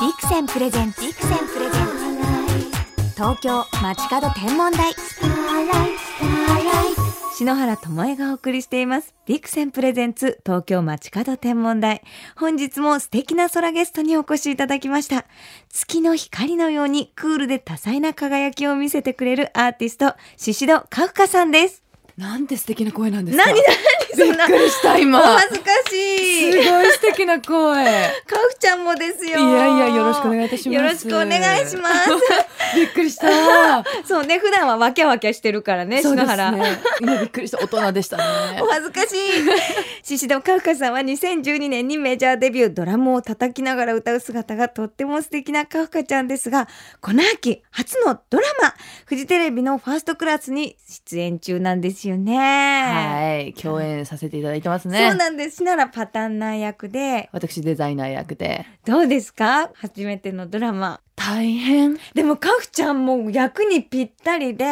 ビクセンプレゼンツ。ビクセンプレゼンツ。東京街角天文台。篠原ともえがお送りしています。ビクセンプレゼンツ東京街角天文台。本日も素敵な空ゲストにお越しいただきました。月の光のようにクールで多彩な輝きを見せてくれるアーティスト、宍戸カフカさんです。なんて素敵な声なんですか。何何そびっんな。くりしたお今。恥ずかすしい。ごい素敵な声。いカフちゃんもですよ。やいやよろしくお願いいたします。よろしくお願いします 。びっくりした。す。そうね、普段はわきゃわきゃしてるからね、そうで篠す原。ね。今びっくりした大人でしたねお。恥ずかしい宍戸カフカさんは2012年にメジャーデビュードラムを叩きながら歌う姿がとっても素敵なカフカちゃんですがこの秋初のドラマフジテレビのファーストクラスに出演中なんですよね。はい、共演させていただいてますそうね。なんです。ならパターンナー役で私デザイナー役で。どうですか初めてのドラマ。大変。でもカフちゃんも役にぴった りで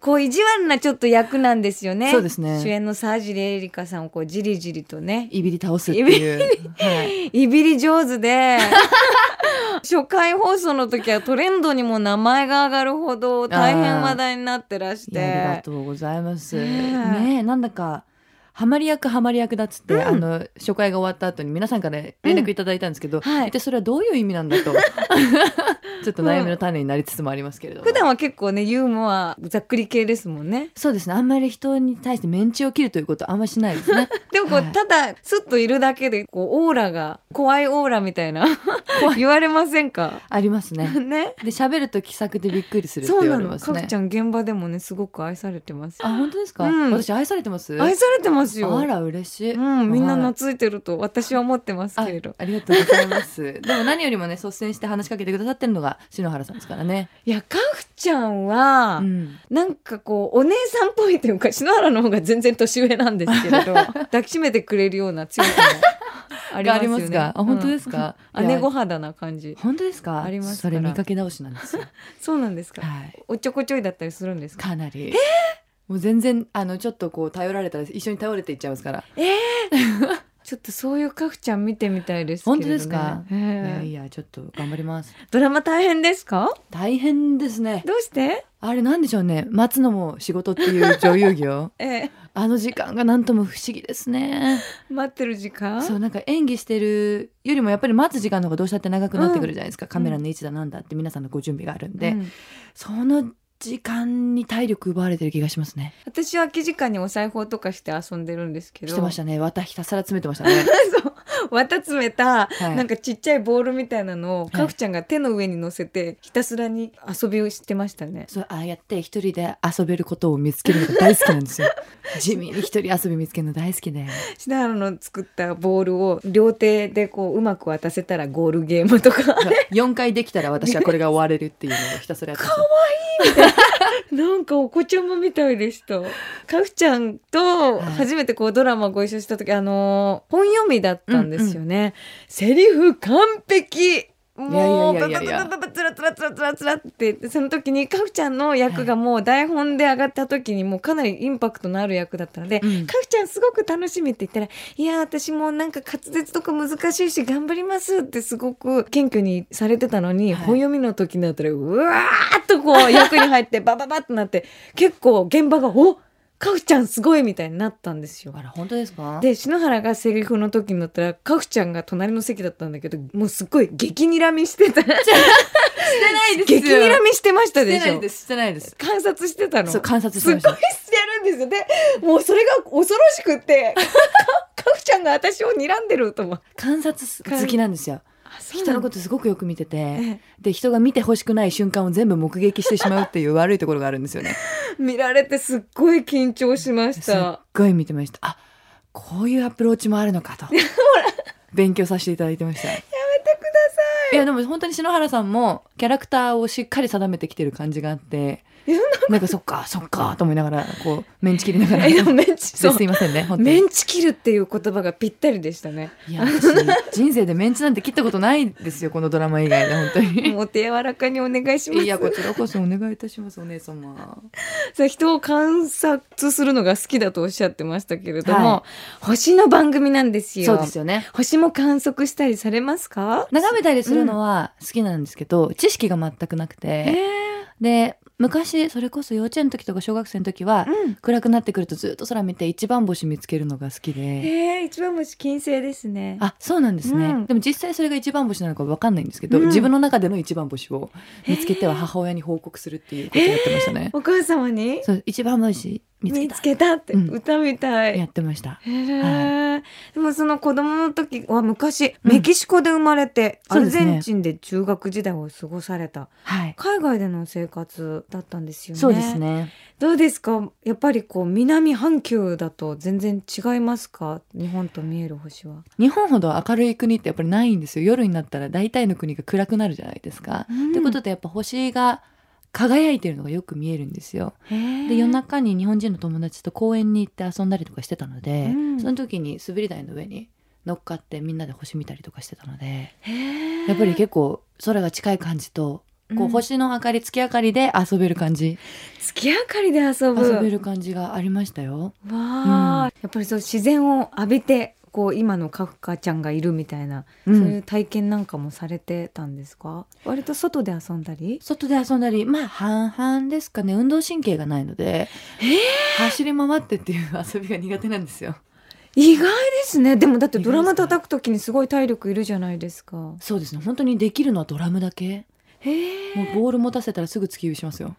こう意地悪なちょっと役なんですよね。そうですね主演の沢尻エリカさんをこうじりじりとねいびり倒すっていう。はい。いびり上 手で初回放送の時はトレンドにも名前が上がるほど大変話題になってらしいやありがてとうございます。ねえねえなんだかハマり役ハマり役だっつって、うんあの初回が終わった後に皆さんから連絡いただいたんですけど、んはい一体それはどういう意味なん だとちょっと悩みの種になりつつもありますけれども 普段は結構ねユーモアざっくり系ですもんねそうですねあんまり人に対してメンチを切るということはあんまりしないです ねでもこう、はいただスッといるだけでこうオーラが怖いオーラみたいな 言われませんかありますね ねで喋ると気さくでびっくりするってそう言なわれのますかくねちゃん現場でもねすごく愛されてますあ本当ですか、うん私愛されてます愛されてますよあら嬉しい、うんみんなあら懐いてると私は思ってますあけれどありがとうございます でも何よりもね率先して話しかけてくださってるのが篠原さんですからね、いやかふちゃんは、うんなんかこうお姉さんっぽいというか篠原の方が全然年上なんですけ れど抱きしめてくれるような強さもありがまあすりまよね。すか、あ本当でか、すか、姉い御や肌な感じ。本当ですかありますかそられ見かけ倒しなん ですよそうなんですか。はいおっちょこちょいだったりするんですか。かなりもう全然あのちょっとこう頼られたら一緒に倒れていっちゃいますから、ちょっとそういうカフちゃん見てみたいですけれど、ね。本当ですかええいやいやちょっと頑張りますドラマ大変ですか。大変ですねどうして？あれなんでしょうね待つのも仕事っていう女優 業ええあの時間がなんとも不思議ですね待ってる時間。そうなんか演技してるよりもやっぱり待つ時間の方がどうしたって長くなってくるじゃないですか、カメラの位置だなんだって皆さんのご準備があるんで、うんその時間に体力奪われてる気がしますね私は空き時間にお裁縫とかして遊んでるんですけど。してましたね。綿ひたすら詰めてました ね。 そう綿詰めはたい、なんかちっちゃいボールみたいなのをいカフちゃんが手の上に乗せてひたすらに遊びをしてましたね。そうああやって一人で遊べることを見つけるのが大好きなん ですよ。地味に一人遊び見つけるの大好き で。篠原の作ったボールを両手でこううまく渡せたらゴールゲームとか4回できたら私はこれが終われるっていうのをひたすらやってましたなんかお子ちゃまみたいでした。カフちゃんとはい初めてこうドラマご一緒した時あのー本読みだったんですよね。セリフ完璧もういやバいバやいやいやバババつらつらつらつらつらってその時にカフちゃんの役がもう台本で上がった時にもうかなりインパクトのある役だったので、うんカフちゃんすごく楽しみって言ったら「いや私もなんか滑舌とか難しいし頑張ります」ってすごく謙虚にされてたのに、はい本読みの時になったらうわーっとこう 役に入ってバババってなって結構現場が「おカフちゃんすごい」みたいになったんですよ。あら本当ですか？で篠原がセリフの時になったらカフちゃんが隣の席だったんだけどもうすっごい激にらみしてたしてないで激にらみみしてましたでしてしなょいです。してないです。観察してたのそう観察しすてっごまいししてた。るんですよでもうそれが恐ろしくって かカフちゃんが私を睨んでると思う観察好きなんですよ。人のこととすごくよく見てて、えで人が見てほしくない瞬間を全部目撃してしまうっていう悪いところがあるんですよね。え見られてすっごい緊張しましすったごい見てましたあこういうアプローチもあるのかと勉強させていただいてましたやめてくださいいやでも本当に篠原さんもキャラクターをしっかり定めてきてる感じがあっていやなんかそっかそっかと思いながらこうメンチ切りながら えでもメンチでそうすいませんね本当メにンチ切るっていう言葉がぴったりでした ねいや私人生でメンチなんて切ったことないですよこのドラマ以外で本当 にもうお手柔らかにお願いしますいやこちらこそお願いいたしますお姉様さあ人を観察するのが好きだとおっしゃってましたけれども、は星の番組なんですよそうですよね星も観測したりされますか眺めたりするるのは好きなんですけど、知識が全くなくて。で、昔、それこそ幼稚園の時とか小学生の時は、うん。暗くなってくるとずっと空見て一番星見つけるのが好きで。えー、一番星金星ですね。あ、そうなんですね。うんでも実際それが一番星なのかわかんないんですけど、うん自分の中での一番星を見つけては母親に報告するっていうことをやってましたね。お母様にそう、一番星見つけ見たつ。けたってうん歌みたい。やってました。へーでもその子供の時は昔メキシコで生まれて、うんアルゼンチンで中学時代を過ごされたはい。海外での生活だったんですよね。そうですね。どうですかやっぱりこう南半球だと全然違いますか日本と見える星は。日本ほど明るい国ってやっぱりないんですよ。夜になったら大体の国が暗くなるじゃないですか。ってことでやっぱ星が輝いてるのがよく見えるんですよ。でで夜中に日本人の友達と公園に行って遊んだりとかしてたので、うんその時に滑り台の上に乗っかってみんなで星見たりとかしてたのでやっぱり結構空が近い感じとこう星の明かり月明かりで遊べる感じ、月明かりで遊ぶ遊べる感じがありましたよ。わあ、やっぱりそう自然を浴びてこう今のカフカちゃんがいるみたいな、うんそういう体験なんかもされてたんですか割と外で遊んだり外で遊んだりまあ半々ですかね運動神経がないので、走り回ってっていう遊びが苦手なんですよ。意外ですねでもだって意外ですドラマ叩く時にすごい体力いるじゃないですかそうですね本当にできるのはドラムだけへえもうボール持たせたらすぐ突き指し ますよ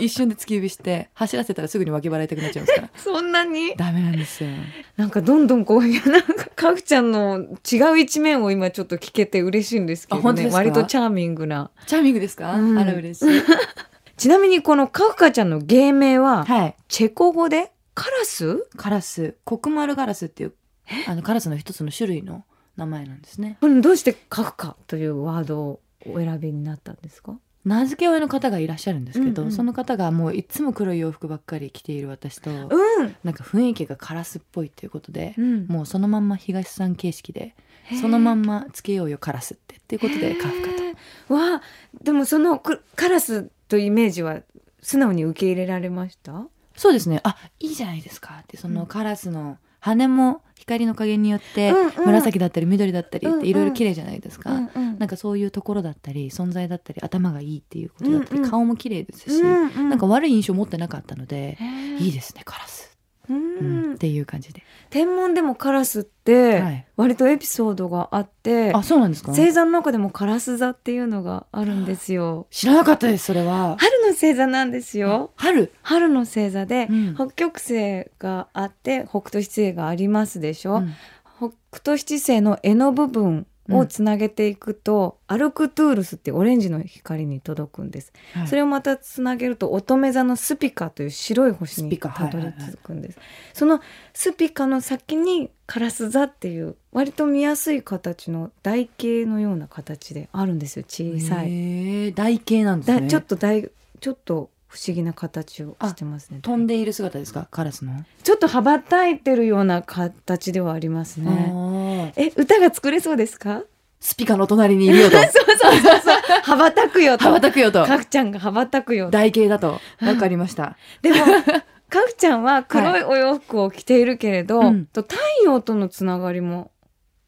一瞬で突き指して走らせたらすぐに脇腹痛くなっちゃいますか らそんなにダメなんですよなんかどんどんこういやなんかカフちゃんの違う一面を今ちょっと聞けて嬉しいんですけあど本当ねですか割とチャーミングなチャーミングですか、うんあら嬉しいちなみにこのカフカちゃんの芸名ははいチェコ語でカラスカラスコクマルガラスっていうあのカラスの一つの種類の名前なんですねこれどうしてカフカというワードをお選びになったんですか名付け親の方がいらっしゃるんですけど、うんうんその方がもういつも黒い洋服ばっかり着ている私と、うん、なんか雰囲気がカラスっぽいっていうことで、うん、もうそのまんま東さん形式でへーそのまんまつけようよカラスってっていうことでカフカとへーわあでもそのくカラスというイメージは素直に受け入れられましたそうですね。あ、いいじゃないですかって、そうんのカラスの羽も光の加減によってうんうん、紫だったり緑だったりうっんうてんいろいろ綺麗じゃないですうか。んうんなんかそういうところだったり、存在だったり、頭がいいっていうことだったうんうり、ん顔も綺麗ですし、うんうんなんか悪い印象持ってなかったので、いいいですね、カラス。ううんんっていう感じで。天文でもカラスってはい割とエピソードがあって、あ、そうなんですか星座の中でもカラス座っていうのがあるんですよ知らなかったです、それは。春の星座なんですよ春。春の星座で、うん北極星があって北斗七星がありますでしょ、うん北斗七星の柄の部分をつなげていくと、アルクトゥールスっていうオレンジの光に届くんです、はいそれをまたつなげると乙女座のスピカという白い星スにピカたどはりいはいはい着くんです、そのスピカの先にカラス座っていう割と見やすい形の台形のような形であるんですよ小さい、へー台形なんですだね。ちょっと大ちょっと不思議な形をしてますね飛んでいる姿ですか、カラスの。ちょっと羽ばたいてるような形ではありますあねーえ歌が作れそうですかスピカの隣にいるよと。そうそうそうそう。羽ばたくよと。羽ばたくよと。かふちゃんが羽ばたくよと。台形だ と分かりました。でも、かふちゃんは黒いお洋服を着ているけれど、うんと太陽とのつながりも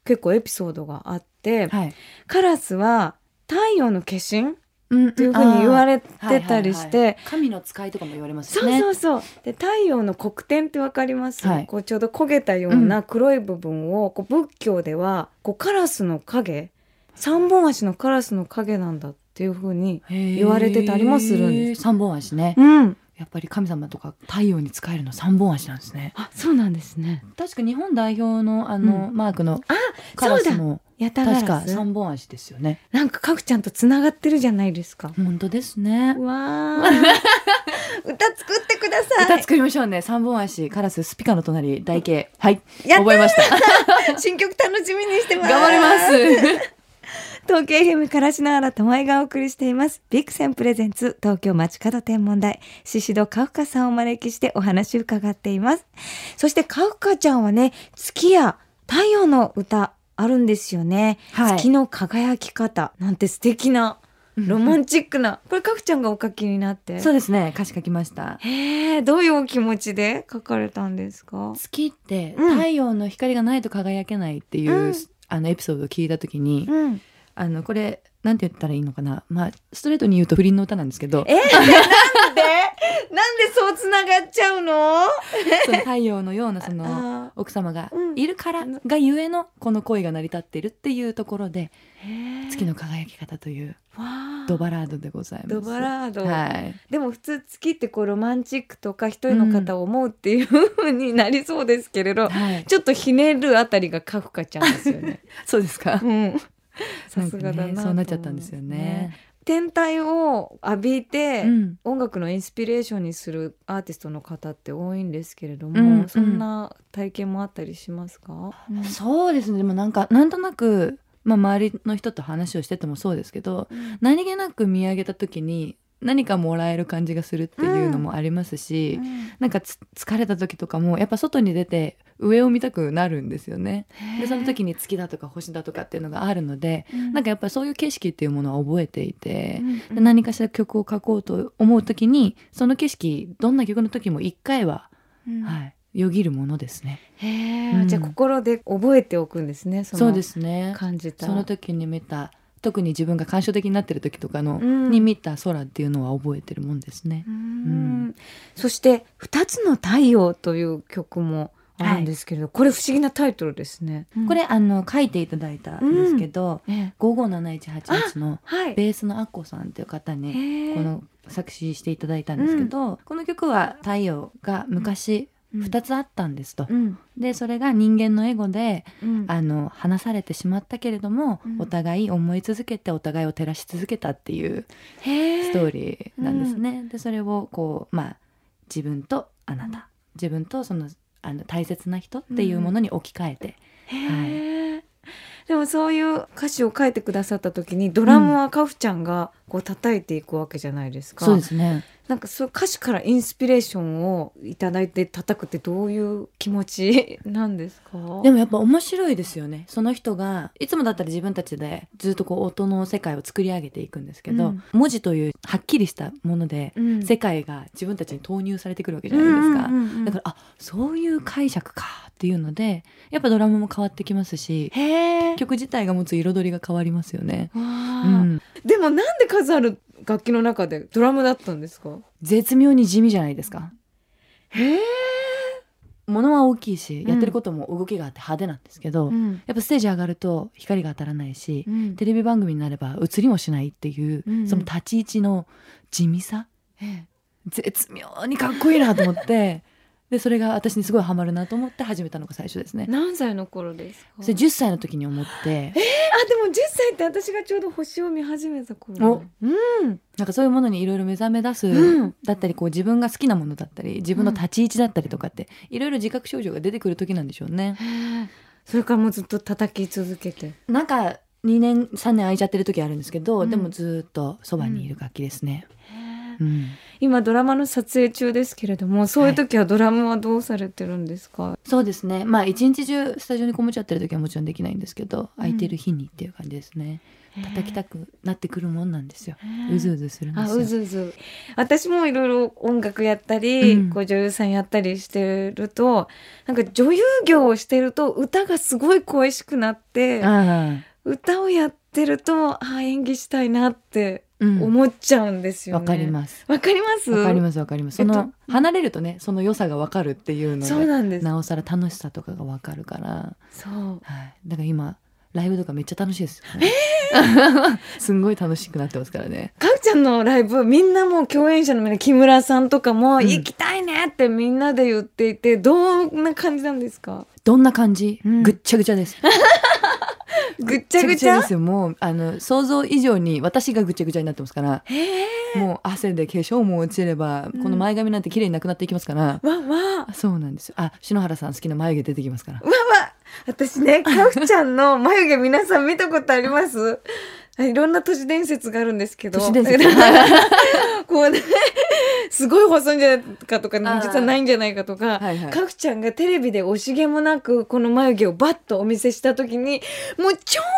結構エピソードがあって、はい。カラスは太陽の化身うん、っというふうに言われれてたりして、神の使いとかも言われますそようね。そうそう。で太陽の黒点ってわかります、はい。こうちょうど焦げたような黒い部分を、こう仏教ではこうカラスの影三本足のカラスの影なんだっていうふうに言われてたりもするんです三本足ね。うんやっぱり神様とか太陽に使えるの三本足なんですね。あそうなんですね確か日本代表のあの、マークのあカラスもやたが確らかス三本足ですよね。なんかかくちゃんとつながってるじゃないですか本当ですね。わあ 歌作ってくださ歌い作りましょうね。三本足、カラス、スピカの隣、台形。はい。やっ覚えました。た新曲楽しみにしてます 頑張ります。東京 FM からしのあらとまえがお送りしています。ビクセンプレゼンツ東京街角天文台、宍戸カフカさんをお招きしてお話を伺っています。そしてカフカちゃんはね、月や太陽の歌あるんですよね。 はい月の輝き方なんて素敵な、ロマンチックな。これカフちゃんがお書きになって。そうですね。歌詞書きました。へえ、どういうお気持ちで書かれたんですか月ってうん太陽の光がないと輝けないっていう、うんあのエピソードを聞いた時に、うん。あのこれなんて言ったらいいのかな、まあ、ストレートに言うと不倫の 歌なんですけどえなんでなんでそうつながっちゃうのその太陽のようなそのあ奥様がうんいるからがゆえのこの恋が成り立っているっていうところで「月のの輝き方」というわあドバラードでございます。ドバラード、はいでも普通月ってこうロマンチックとか一人の方を思うっていうふうになりそうですけれど、はい、ちょっとひねるあたりがカフカちゃんですよね。 そうですかうん、さなんすかがだなと思いね、ます、そうなっちゃったんですよね。天体を浴びて、うん、音楽のインスピレーションにするアーティストの方って多いんですけれども、うんそんな体験もあったりしますか、うんそうですねでもなんかなんとなく、まあ、周りの人と話をしててもそうですけど何気なく見上げた時に何かもらえる感じがするっていうのもありますし、なんかつ疲れた時とかもやっぱ外に出て上を見たくなるんですよね。でその時に月だとか星だとかっていうのがあるのでなんか、かやっぱりそういう景色っていうものは覚えていて。うんで何かしら曲を書こうと思う時にその景色どんな曲の時も一回は、うんはい、よぎるものですね。へえ、うんじゃあ心で覚えておくんですねそのそうですね感じたその時に見た特に自分が感傷的になってる時とかの、うんに見た空っていうのは覚えてるもんですねう。ーうんそして「二つの太陽」という曲もあるんですけれど、これ不思議なタイトルですね。これあの書いていただいたんですけど、うん、ええ55718のはい、ベースのアッコさんっていう方にへえこの作詞していただいたんですけど、この曲は太陽が昔うん2つあったんですと。うんでそれが人間のエゴでうんあの離されてしまったけれども、うんお互い思い続けてお互いを照らし続けたっていうへえストーリーなんですね。でそれをこうまあ自分とあなた、うん自分とそのあの大切な人っていうものに置き換えて、へえでもそういう歌詞を書いてくださった時にドラムはカフちゃんがこう叩いていくわけじゃないですか。すね。なんかそういう歌詞からインスピレーションをいただいて叩くってどういう気持ちなんですかでもやっぱ面白いですよね。その人がいつもだったら自分たちでずっとこう音の世界を作り上げていくんですけど、うん文字というはっきりしたもので、うん世界が自分たちに投入されてくるわけじうゃんないですか。うんうんうんだからあそういう解釈かっていうのでやっぱドラムも変わってきますしへえ曲自体が持つ彩りが変わりますよね。わあうん、でもなんで数ある楽器の中でドラムだったんですか絶妙に地味じゃないですかへえ、物は大きいしうんやってることも動きがあって派手なんですけど、んやっぱステージ上がると光が当たらないし、うんテレビ番組になれば映りもしないっていう、うんうんその立ち位置の地味さえ絶妙にかっこいいなと思ってでそれが私にすごいハマるなと思って始めたのが最初ですね。何歳の頃ですかあそれ10歳の時に思ってでも10歳って私がちょうど星を見始めた頃だうんなんかそういうものにいろいろ目覚め出す、うんだったりこう自分が好きなものだったり自分の立ち位置だったりとかっていろいろ自覚症状が出てくる時なんでしょうね。へえそれからもうずっと叩き続けてなんか2年3年空いちゃってる時あるんですけど、うんでもずっとそばにいる楽器ですね。うん今ドラマの撮影中ですけれどもそういう時はドラムはどうされてるんですか、そうですねまあ一日中スタジオにこもっちゃってる時はもちろんできないんですけど、空いてる日にっていう感じですね叩きたくくなってくるもんなんですよ、うずうずするんであすようずうず私もいろいろ音楽やったり、うんこう女優さんやったりしてるとなんか女優業をしてると歌がすごい恋しくなってああ歌をやってるとあー演技したいなってうん思っちゃうんですよわね。かりますす。わかりますわかりますわかりますえそっとの、離れるとねその良さがわかるっていうのそうでなんです。なおさら楽しさとかがわかるから、そはう。い、だから今ライブとかめっちゃ楽しいですよ、ね、 すんごい楽しくなってますからねかうちゃんのライブみんなもう共演者のみんな木村さんとかも、うん行きたいねってみんなで言っていてどんな感じなんですかどんな感じ、うんぐっちゃぐちゃです。ぐっぐっちゃぐちゃですよ。もう、あの、想像以上に私がぐちゃぐちゃになってますから、へえもう汗で化粧も落ちれば、うんこの前髪なんて綺麗になくなっていきますから、わわあそうなんですよ。あ、篠原さん好きな眉毛出てきますから。わわ私ね、かふちゃんの眉毛皆さん見たことありますいろんな都市伝説があるんですけど。都市伝説 こうね、すごい細いんじゃないかとか、実あーはないんじゃないかとか、はいはいかふちゃんがテレビで惜しげもなく、この眉毛をバッとお見せした時に、もう超可愛か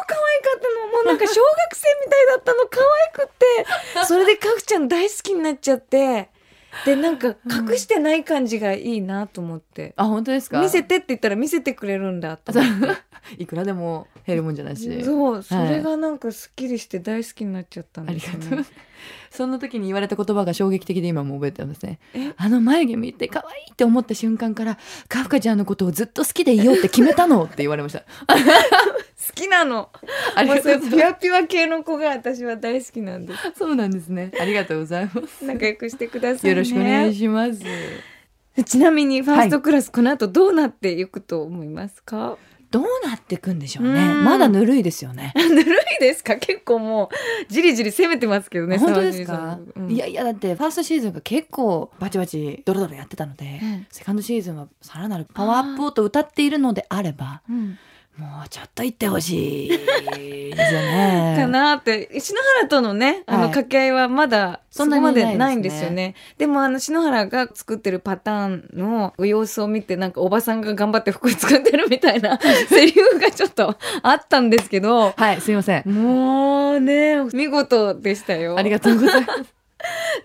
ったの。もうなんか小 学生みたいだったの、可愛くって。それでかふちゃん大好きになっちゃって、でなんか隠してない感じがいいなと思って、あ本当ですか見せてって言ったら見せてくれるんだとそ思うっ いくらでも減るもんじゃないし。てそうそれがなんかすっきりして大好きになっちゃったんありでがすよとうね。。そんな時に言われた言葉が衝撃的で今も覚えてますねえ。あの眉毛見て可愛いって思った瞬間から、カフカちゃんのことをずっと好きでいようって決めたのって言われ ました。好きなのありもうがそとううござピいまュアピュア系の子が私は大好きなんですす。そうなんですね。ありがとうございます。仲良くしてくださいねよろしくお願いします。ちなみにファーストクラス、この後どうなっていくと思いますか どうなってくんでしょううね。んまだぬるいですよね。ぬるいですか結構もうじりじり攻めてますけどね本当です沢か尻、さんうんいやいやだってファーストシーズンが結構バチバチドロドロやってたので、うんセカンドシーズンはさらなるパワーアップをと歌っているのであればうんもうちょっと行ってほしいですよね。かなって篠原とのねあのはい掛け合いはまだそそこんなにまないですでねないんですよねでもあの篠原が作ってるパターンの様子を見てなんかおばさんが頑張って服作ってるみたい なセリフがちょっとあったんですけどはいすいません。もうね見事でしたよありがとうございます。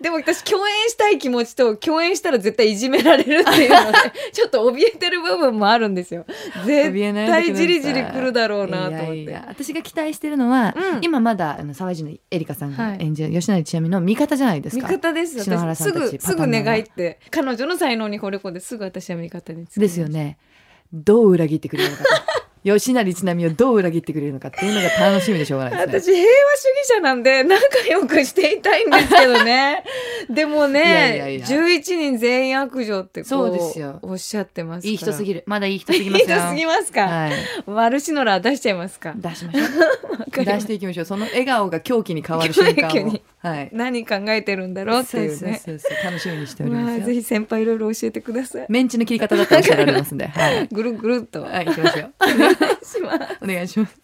でも私共演したい気持ちと共演したら絶対いじめられるってい うのでちょっと怯えてる部分もあるんですよ絶怯えないで対くださじいりじり来るだろうなと思っていやいや私が期待してるのは、うん今まだあの沢尻エリカさんはがい演じる、吉成千亜美の味方じゃないです味か。方です篠原私さんすたちぐパすターぐンの願いって彼女の才能に惚れ込んですぐ私は味方につきまでしすたよね。どう裏切ってくれるのかと。吉成千奈美をどう裏切ってくれるのかっていうのが楽しみでしょうがないですね。私平和主義者なんで仲良くしていたいんですけ どねでもねいやいやいや11人全員悪女ってこうそうですよおっしゃってますからいい人すぎる。まだいい人いすいぎ人ますよ。すぎますか、はい。悪シノラ 出しちゃいますか出しましょう。出していきましょう。その笑顔が狂気に変わる瞬間 狂気をに。はい。何考えてるんだろうっていうねそうそうそうそう楽しみにしておりままあすぜよ。ひ先輩いろいろ教えてくださいメンチの切り方だとおっしゃられますんで。はい。 ぐるぐるっとお願はい、行きましょう。いしますお願いします。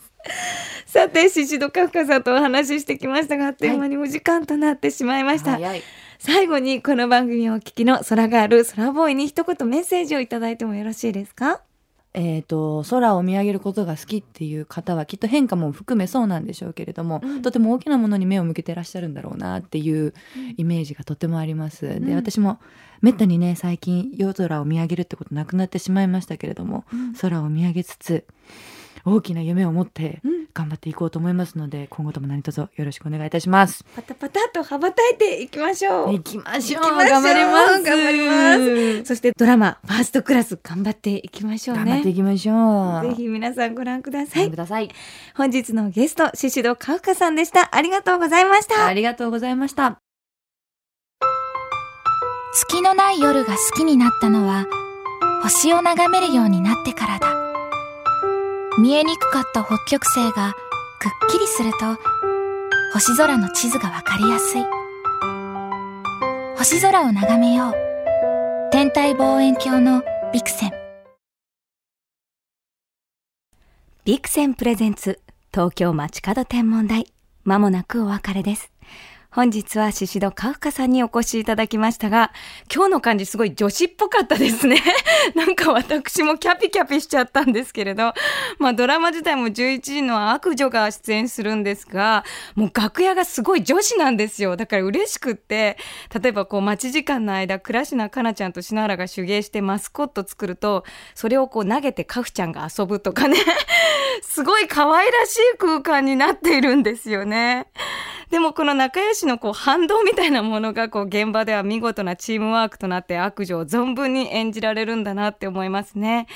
さてシシドカフカさんとお話ししてきましたがあっという間にお時間となってしまいました、早い。最後にこの番組をお聞きの空ガール空ボーイに一言メッセージをいただいてもよろしいですかえー、と空を見上げることが好きっていう方はきっと変化も含めそうなんでしょうけれども、うんとても大きなものに目を向けてらっしゃるんだろうなっていうイメージがとてもあります。んで私もめったにね最近夜空を見上げるってことなくなってしまいましたけれども、うん空を見上げつつ大きな夢を持ってうん頑張っていこうと思いますので今後とも何卒よろしくお願いいたします。パタパタと羽ばたいていきましょう行きましょう行きましょ頑う張ります頑張そしてドラマファーストクラス頑張っていきましょう頑張っていねきましょう。ぜひ皆さんご覧くださご覧いください。本日のゲストシシドカフカさんでしたありがとうございましたありがとうございました。月のない夜が好きになったのは星を眺めるようになってからだ見えにくかった北極星がくっきりすると星空の地図がわかりやすい星空を眺めよう天体望遠鏡のビクセンビクセンプレゼンツ東京街角天文台まもなくお別れです本日は宍戸カフカさんにお越しいただきましたが今日の感じすごい女子っぽかったですね なんか私もキャピキャピしちゃったんですけれどまあドラマ自体も11時の悪女が出演するんですがもう楽屋がすごい女子なんですよだから嬉しくって例えばこう待ち時間の間倉科香菜ちゃんと篠原が手芸してマスコット作るとそれをこう投げてカフちゃんが遊ぶとかね すごい可愛らしい空間になっているんですよね。でもこの仲良しのこう反動みたいなものがこう現場では見事なチームワークとなって悪女を存分に演じられるんだなって思いますね。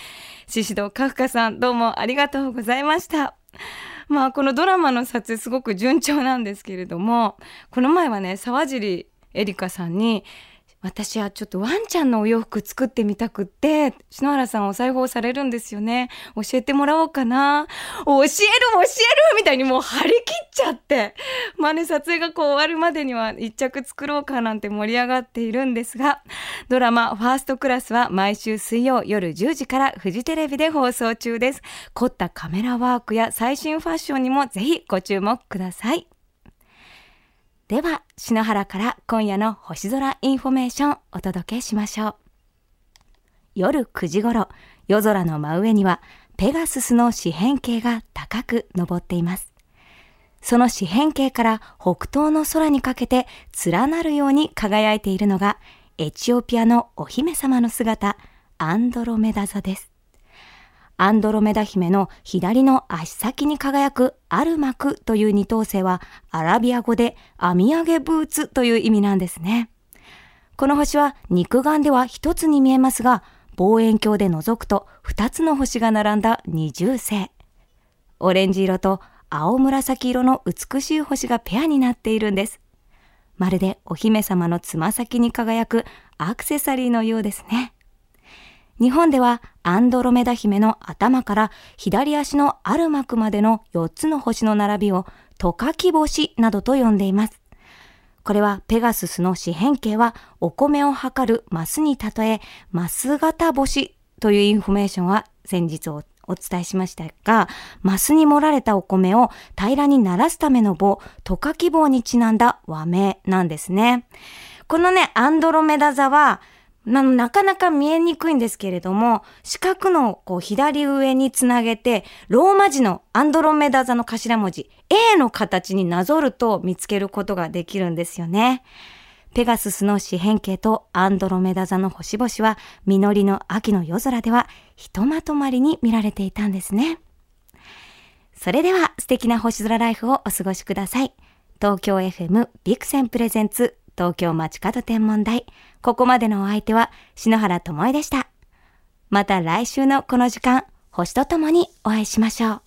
宍戸カフカさんどうもありがとうございました。 まあこのドラマの撮影すごく順調なんですけれどもこの前はね沢尻エリカさんに「私はちょっとワンちゃんのお洋服作ってみたくって篠原さんお裁縫されるんですよね教えてもらおうかな教える教えるみたいにもう張り切っちゃってまあね撮影がこう終わるまでには一着作ろうかなんて盛り上がっているんですがドラマ「ファーストクラス」は毎週水曜夜10時からフジテレビで放送中です凝ったカメラワークや最新ファッションにもぜひご注目くださいでは篠原から今夜の星空インフォメーションお届けしましょう夜9時頃夜空の真上にはペガススの四辺形が高く昇っていますその四辺形から北東の空にかけて連なるように輝いているのがエチオピアのお姫様の姿、アンドロメダ座です。アンドロメダ姫の左の足先に輝くアルマクという二等星はアラビア語で網上げブーツという意味なんですね。この星は肉眼では一つに見えますが、望遠鏡で覗くと二つの星が並んだ二重星。オレンジ色と青紫色の美しい星がペアになっているんです。まるでお姫様のつま先に輝くアクセサリーのようですね。日本ではアンドロメダ姫の頭から左足のアルマクまでの4つの星の並びをトカキ星などと呼んでいます。これはペガススの四辺形はお米を測るマスに例え、マス型星というインフォメーションは先日おお伝えしましたが、マスに盛られたお米を平らにならすための棒、トカキ棒にちなんだ和名なんですね。このね、アンドロメダ座は、ななかなか見えにくいんですけれども、四角のこう左上につなげて、ローマ字のアンドロメダ座の頭文字 A の形になぞると見つけることができるんですよね。ペガススの四辺形とアンドロメダ座の星々は、実りの秋の夜空ではひとまとまりに見られていたんですね。それでは素敵な星空ライフをお過ごしください。東京 FM ビクセンプレゼンツ東京街角天文台。ここまでのお相手は篠原ともえでした。また来週のこの時間、星とともにお会いしましょう。